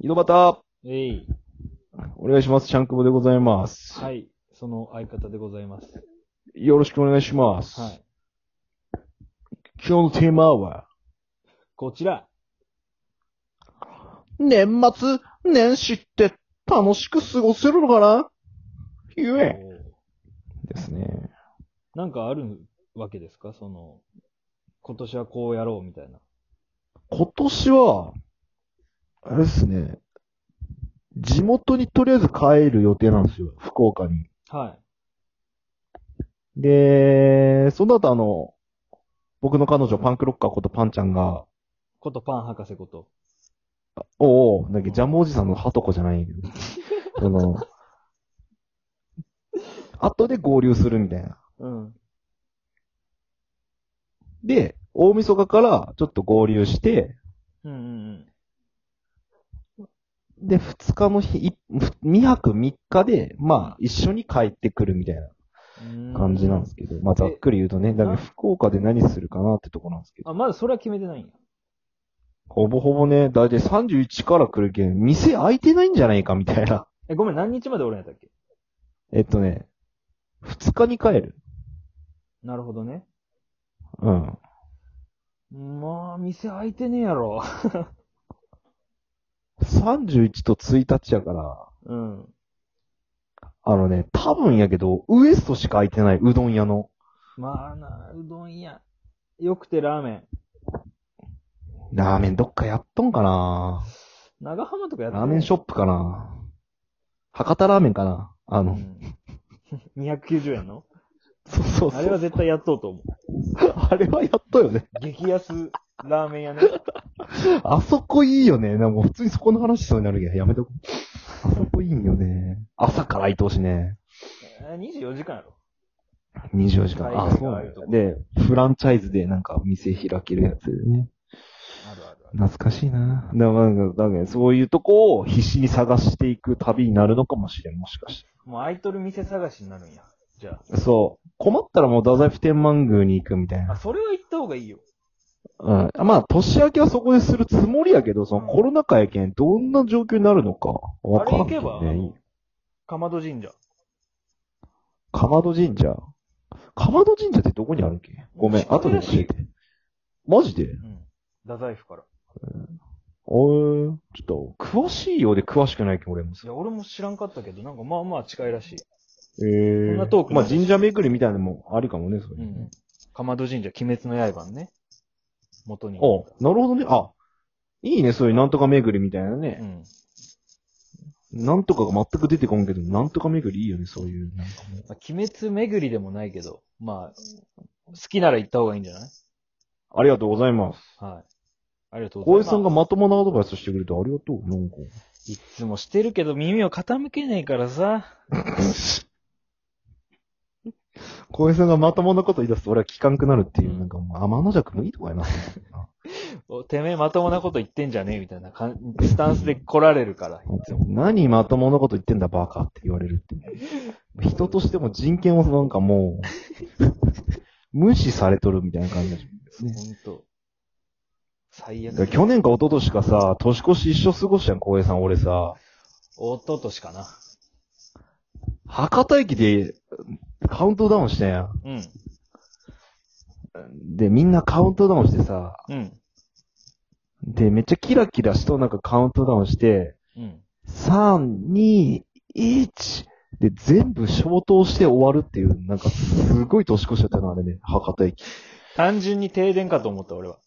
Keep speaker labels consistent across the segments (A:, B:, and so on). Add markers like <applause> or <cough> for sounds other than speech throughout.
A: 井戸端、
B: えい。
A: お願いします。シャンクボでございます。
B: はい。その相方でございます。
A: よろしくお願いします。
B: はい。
A: 今日のテーマは、
B: こちら。
A: 年末、年始って楽しく過ごせるのかなゆえ。
B: おー
A: ですね。
B: なんかあるわけですかその、今年はこうやろうみたいな。
A: 今年は、あれですね、地元にとりあえず帰る予定なんですよ。福岡に。
B: は
A: で、その後あの、僕の彼女パンクロッカーことパンちゃんが、
B: い。ことパン博士こと。
A: おうおう、なんかジャムおじさんのハトコじゃないんだけ <laughs> ど。あの、後で合流するみたいな。
B: うん。
A: で、大晦日からちょっと合流して、
B: うんうん
A: で、二日の日、2泊3日で、まあ、一緒に帰ってくるみたい
B: うん。。
A: な感じなんですすけど、まあ、ざっくり言うとね、だから福岡で何するかなってとこなんですけど、
B: あ、まだそれは決めてないんや。
A: ほぼほぼね、だいたい31から来るけん、店開いてないんじゃないかみたいな。 <laughs>
B: え、ごめん、何日までおるんやったっけ
A: えっとね、2日に帰る。
B: なるほどね。
A: うん。
B: まあ、店開いてねえやろ。
A: 31と1日やから、
B: うん。
A: あのね、多分やけど、ウエストしか開いてないうどん屋の。
B: まあな、うどん屋。よくてラーメン。
A: ラーメンどっかやっとんかな
B: 長浜とかやって
A: ラーメンショップかな博多ラーメンかなあ
B: う
A: の、
B: ん。290円の
A: そうそうそう。
B: あれは絶対やっとうと思う。
A: あれはやっとよね。
B: 激安ラーメン屋ね。
A: あそこいいよね。なんか普通にそこの話しそうになるけど、やめとこう。あそこいいよね。朝から開いてほしいね。
B: えー24時間やろ。
A: 24時間。
B: はい
A: あ、そうな
B: は
A: ん
B: い
A: だで、フランチャイズでなんか店開けるやつでね。
B: あるあるある。
A: 懐かしいな。だからなんか、だからそういうとこを必死に探していく旅になるのかもしれん、もしかして。
B: もう空いとる店探しになるんや。じゃ
A: そう。困ったらもう太宰府天満宮に行くみたい
B: あ。あ、
A: な。
B: それは行った方がいいよ。
A: うん。まあ、年明けはそこでするつもりやけど、そのコロナ禍やけん、どんな状況になるのか、わ
B: あ
A: か
B: れ
A: ら
B: 行
A: ん
B: け
A: け
B: ば、
A: ど
B: あの
A: ね。
B: かまど神社。
A: かまど神社。かまど神社ってどこにあるっけごめん、後で教えて。マジで
B: うん。太宰府から。
A: おー、ちょっと、詳しいようで詳しくないけど、俺も
B: い。や、俺も知らんかったけど、なんかまあまあ近いらしい。
A: えー
B: そんな遠くな
A: ま
B: い
A: あ、神社巡りみたいなのもありかもね、それ。
B: うん。かまど神社、鬼滅の刃のね。元に。
A: おなるほどね。あ、いいね、そういうなんとか巡りみたいな
B: う
A: ね。
B: ん。
A: なんとかが全く出てこんけど、なんとか巡りいいよね、そういう。なんかもう
B: まあ、鬼滅巡りでもないけど、まあ、好きなら行った方がいいんじゃない
A: ありがとうございます。
B: はい。ありがとう
A: 小
B: ございま
A: 江
B: す。
A: さんがまともなアドバイスしてくれてありがとう、なんか。
B: いつもしてるけど耳を傾けねえからさ。
A: 小江さんがまともなこと言い出すと俺は聞かんくなるっていう、
B: うん
A: なんかもう天の弱もいいとこやな。
B: おてめえまともなこと言ってんじゃねえみたいなかんスタンスで来られるから、いつも。
A: 何まともなこと言ってんだバカって言われるっていう。人としても人権をなんかもう、 <laughs> 無視されとるみたいな感じですね。
B: ほんと。最
A: だから
B: 悪。
A: 去年か一昨年かさ、年越し一緒過ごしたん、小江さん、俺さ、
B: おととしかな。
A: 博多駅でカウントダウンしたやん。
B: うん。
A: で、みんなカウントダウンしてさ、
B: うん。
A: で、めっちゃキラキラしとなんかカウントダウンして、
B: うん。
A: 3、2、1で、全部消灯して終わるっていう、なんかすごい年越しだったな、あれね、博多
B: <laughs>
A: 駅。
B: 単純に停電かと思った、俺は。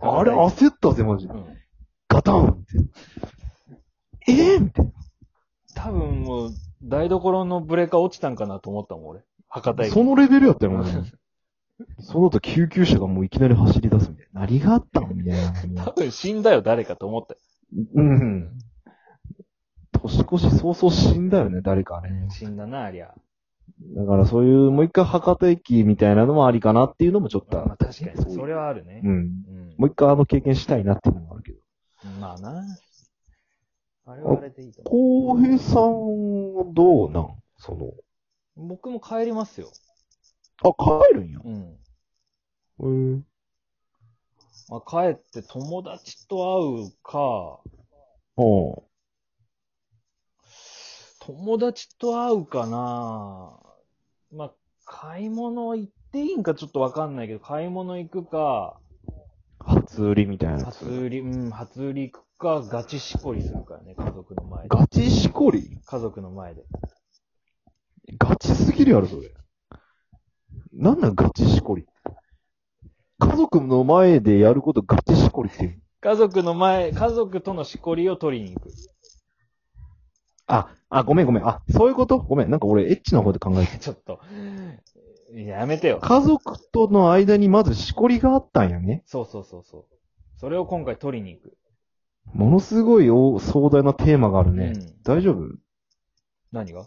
A: あれ焦ったぜ、マジで
B: う。ん。
A: ガタンって。えーみたい
B: 多分もう、台所のブレーカー落ちたんかなと思ったもん、俺。博多
A: な。
B: 駅。
A: そのレベルやったよ、マジで。その後救急車がもういきなり走り出すみたいな。何があったのみたいな
B: 多。分死んだよ、誰かと思ったよ。
A: うん。年越し早々死んだよね、誰かね。
B: 死んだな、ありゃ。
A: だからそういう、もう一回博多駅みたいなのもありかなっていうのもちょっとある
B: まあ確かに、それ
A: は。
B: はあるね
A: う。ん。
B: うん。
A: もう一回あの経験したいなっていうのもあるけど。
B: まあな。あれはあれでいいと思
A: 浩平さんはどうなんその。
B: う。僕も帰りますよ。
A: あ、帰るんや。
B: うん。
A: うん。
B: まあ、帰って友達と会うか、
A: おう
B: 友達と会うかなまあ、買い物行っていいんかちょっとわかんないけど、買い物行くか、
A: 初売りみたいなや
B: 初
A: つ。
B: 売り、うん、初売り行くか、ガチしこりするからね、家族の前で。
A: ガチしこり
B: 家族の前で。
A: ガチすぎるやろ、それ。なんなんガチしこり家族の前でやることガチしこりっていう。
B: 家族の前、家族とのしこりを取りに行く。 <laughs>
A: あ、あ、ごめんごめん。あ、そういうことごめん。なんか俺、エッチな方で考えてた。
B: ちょっと、やめてよ。
A: 家族との間にまずしこりがあったんやね。
B: そうそうそうそう。それを今回取りに行く。
A: ものすごい大壮大なテーマがあるね。
B: うん。
A: 大丈夫
B: 何が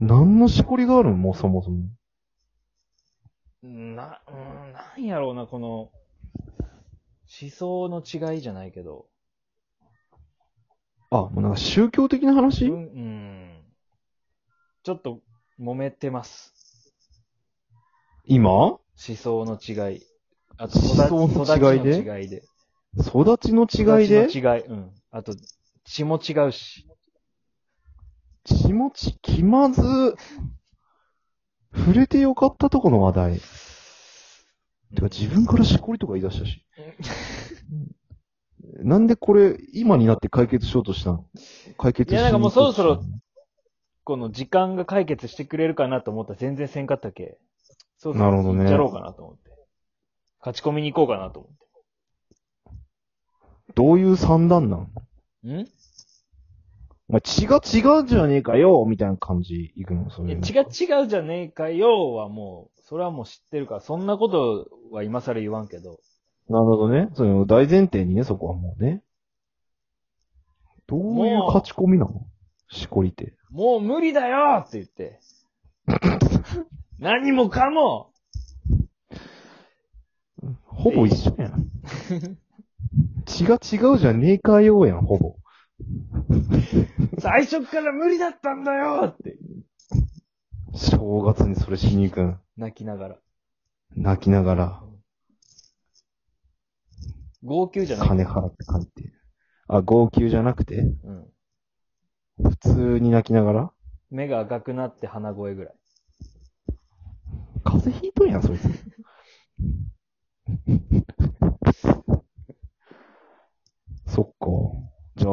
A: 何のしこりがあるのもうそもそも。
B: な、うん、なんやろうな、この、思想の違いじゃないけど。
A: あ、もうなんか宗教的な話、
B: うん、うん。ちょっと、揉めてます。
A: 今
B: 思想の違い。あ
A: 思想の違いで
B: 育ちの違いで。
A: 育ちの違いで
B: 育ちの違い。うん。あと、血も違うし。
A: 血持ち気まず、触れてよかったとこの話題。てか自分からしこりとか言い出したし。なんでこれ、今になって解決しようとしたの解決し
B: いやなんかもうそろそろ
A: に行こ
B: この時間が解決してくれるかなと思ったら全然せんかったけ。そう
A: なるほどね
B: やろうかなと思って。勝ち込みに行こうかなと思って
A: うとどういう算段なん。
B: ん
A: お前血が違うんじゃねえかよみたいな感じいくのそ
B: い
A: れ。
B: や違う違うじゃねえかよはもう、それはもう知ってるから、そんなことは今更言わんけど。
A: なるほどね。その大前提にね、そこはもうね。どういう勝ち込みなのしこりって。
B: もう無理だよって言って。 <laughs> 何もかも
A: ほぼ一緒やん。血が違うじゃねえかよやん、ほぼ。
B: 最初から無理だったんだよって。
A: 正月にそれしに行くん。
B: 泣きながら。
A: 泣きながら、
B: 号泣じゃない。
A: 金払って帰って。あ、号泣じゃなくて
B: うん。
A: 普通に泣きながら
B: 目が赤くなって鼻声ぐらい。
A: 風邪ひいとんやん、そいつ。 <laughs> そっか。じゃ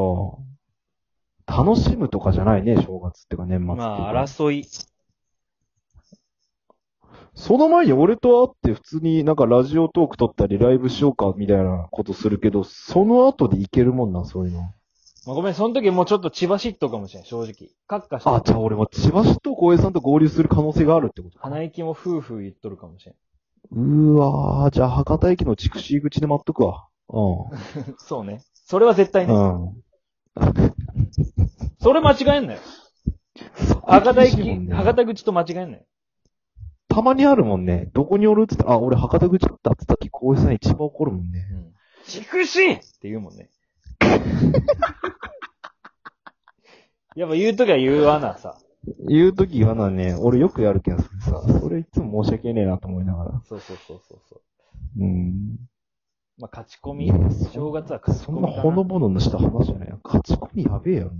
A: あ、楽しむとかじゃないね、正月っていうか年末っていうか。
B: まあ、争い。
A: その前に俺と会って普通になんかラジオトーク撮ったりライブしようかみたいなことするけど、その後でいけるもんな、そういうの。
B: まあ、ごめん、その時もうちょっと血走っとうかもしれん、正直。カッカして。
A: あ、じゃあ俺も千葉市と光栄さんと合流する可能性があるってことか。
B: 鼻息もフーフー言っとるかもしれん。 <laughs>
A: うーわー、じゃあ博多駅の筑紫口で待っとくわ。う
B: そうね。それは絶対ね。
A: ん。うん。
B: それ間違えんなよ。 <laughs> 博多駅、博多口と間違えんなよ。
A: たまにあるもんね。どこにおるっつって、あ、俺博多口だったっつったっけ、光栄さん一番怒るもんね。
B: うん。チクシって言うもんね。やっぱ言うときは言うわな、さ。
A: 言うときはなね、俺よくやるけん、それさ、それいつも申し訳ねえなと思いながら。
B: そうそうそうそうそう。
A: うん。
B: まあ、勝ち
A: い
B: 込み
A: やそ。ん
B: 正月は勝ち
A: そ
B: 込
A: ん
B: み
A: な
B: か
A: ほの
B: な。
A: ぼのした話じゃないよ。勝ち込みやべえよ。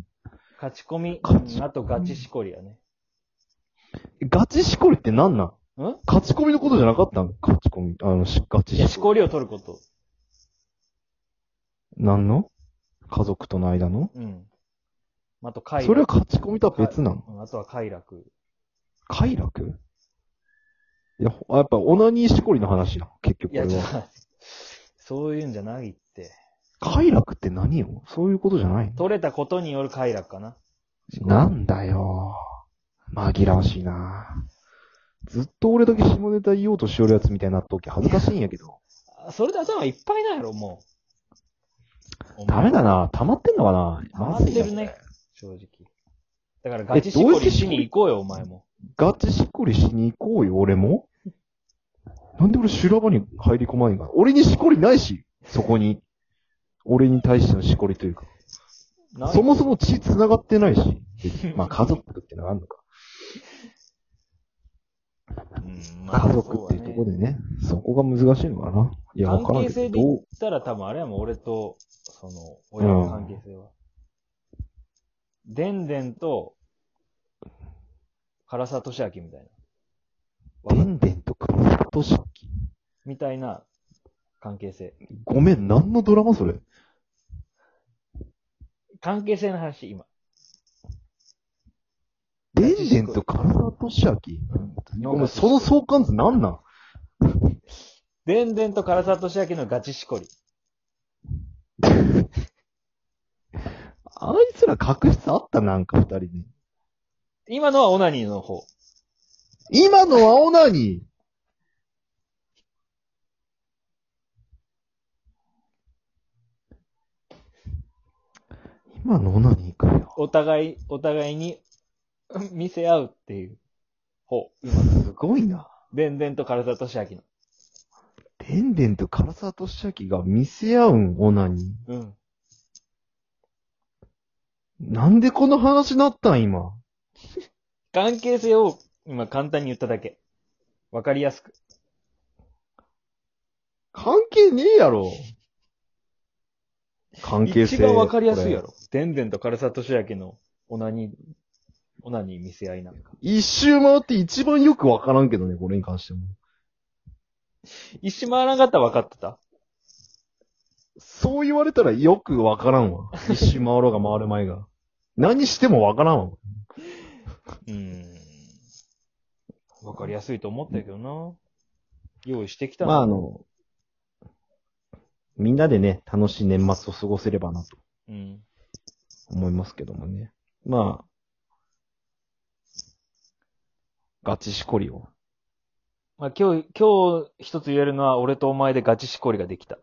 B: 勝ち込み。
A: 勝ち込
B: う
A: み
B: んあとガチしこりやね。
A: ガチしこりってなんなん
B: ん
A: 勝ち込みのことじゃなかったの勝ち込み。あの、しガチ
B: いや、
A: し
B: し
A: こ
B: こりを取ること。
A: り。なんの家族との間の
B: うん。あと快楽。
A: それは勝ち込みとは別なの
B: うんあとは快楽。
A: 快楽いや、ほやっぱオナニーしこりの話なの。結局
B: い
A: これ
B: や、ちょっ
A: は。
B: と待ってそういうんじゃないって。
A: 快楽って何よそういうことじゃないの
B: 取れたことによる快楽かな。
A: なんだよ。紛らわしいな。ずっと俺だけ下ネタ言おうとしよるやつみたいになっとき恥ずかしいんやけど。
B: あそれで頭いっぱいなんやろ、もう。
A: ダメだな。溜まってんのかな
B: 溜まってる
A: まずいな
B: ね。正直。だからガチしこりしに行こうよ、お前も。
A: ガチしっこりしに行こうよ、俺も。なんで俺修羅場に入り込まないんかな。俺にしこりないし、そこに。俺に対してのしこりというか。
B: ない
A: そもそも血繋がってないし。まあ家族ってのがあるのか。
B: うんまあ
A: 家族っていうところでね、そこが難しいのかな。いや、わ
B: 関
A: からん
B: 係
A: け
B: 性
A: ど
B: で言
A: ど
B: っ
A: う、
B: たら多分あれはもう俺と、その、親の関係性は。でんでんと、唐沢俊明みたいな。わ
A: で
B: かる
A: んでんとか、としき。
B: みたいな関係性。
A: ごめん、何のドラマそれ
B: 関係性の話、今。
A: デンデンと唐沢俊明ごめん、その相関図なんなん
B: でんでんと唐沢俊明のガチしこり。
A: あいつら確執あったなんか二人に。
B: 今のはオナニーの方。
A: 今のはオナニー。今のオナニーかよ。
B: お互い、お互いに <laughs> 見せ合うっていう方。
A: すごいな。
B: でんでんと唐沢俊明の。
A: でんでんと唐沢俊明が見せ合うん、オナニー。
B: うん。
A: なんでこの話なったん、今。
B: 関係性を今簡単に言っただけ。わかりやすく。
A: 関係ねえやろ。関係性。
B: <laughs> 一番わかりやすいやろ。でんでんと唐沢俊明のオナニー、オナニー見せ合いなんか。
A: 一周回って一番よくわからんけどね、これに関しても。
B: 一周回らなかったら分かってた
A: そう言われたらよくわからんわ。
B: <laughs>
A: 一周回ろうが回る前が。何してもわからんわ。
B: うーん。わかりやすいと思ったけどな。用意してきた
A: まあ、
B: の。
A: あの、みんなでね、楽しい年末を過ごせればなと
B: うん。
A: 思いますけどもね。まあ、ガチしこりを。
B: まあ今日、今日一つ言えるのは、俺とお前でガチしこりができた。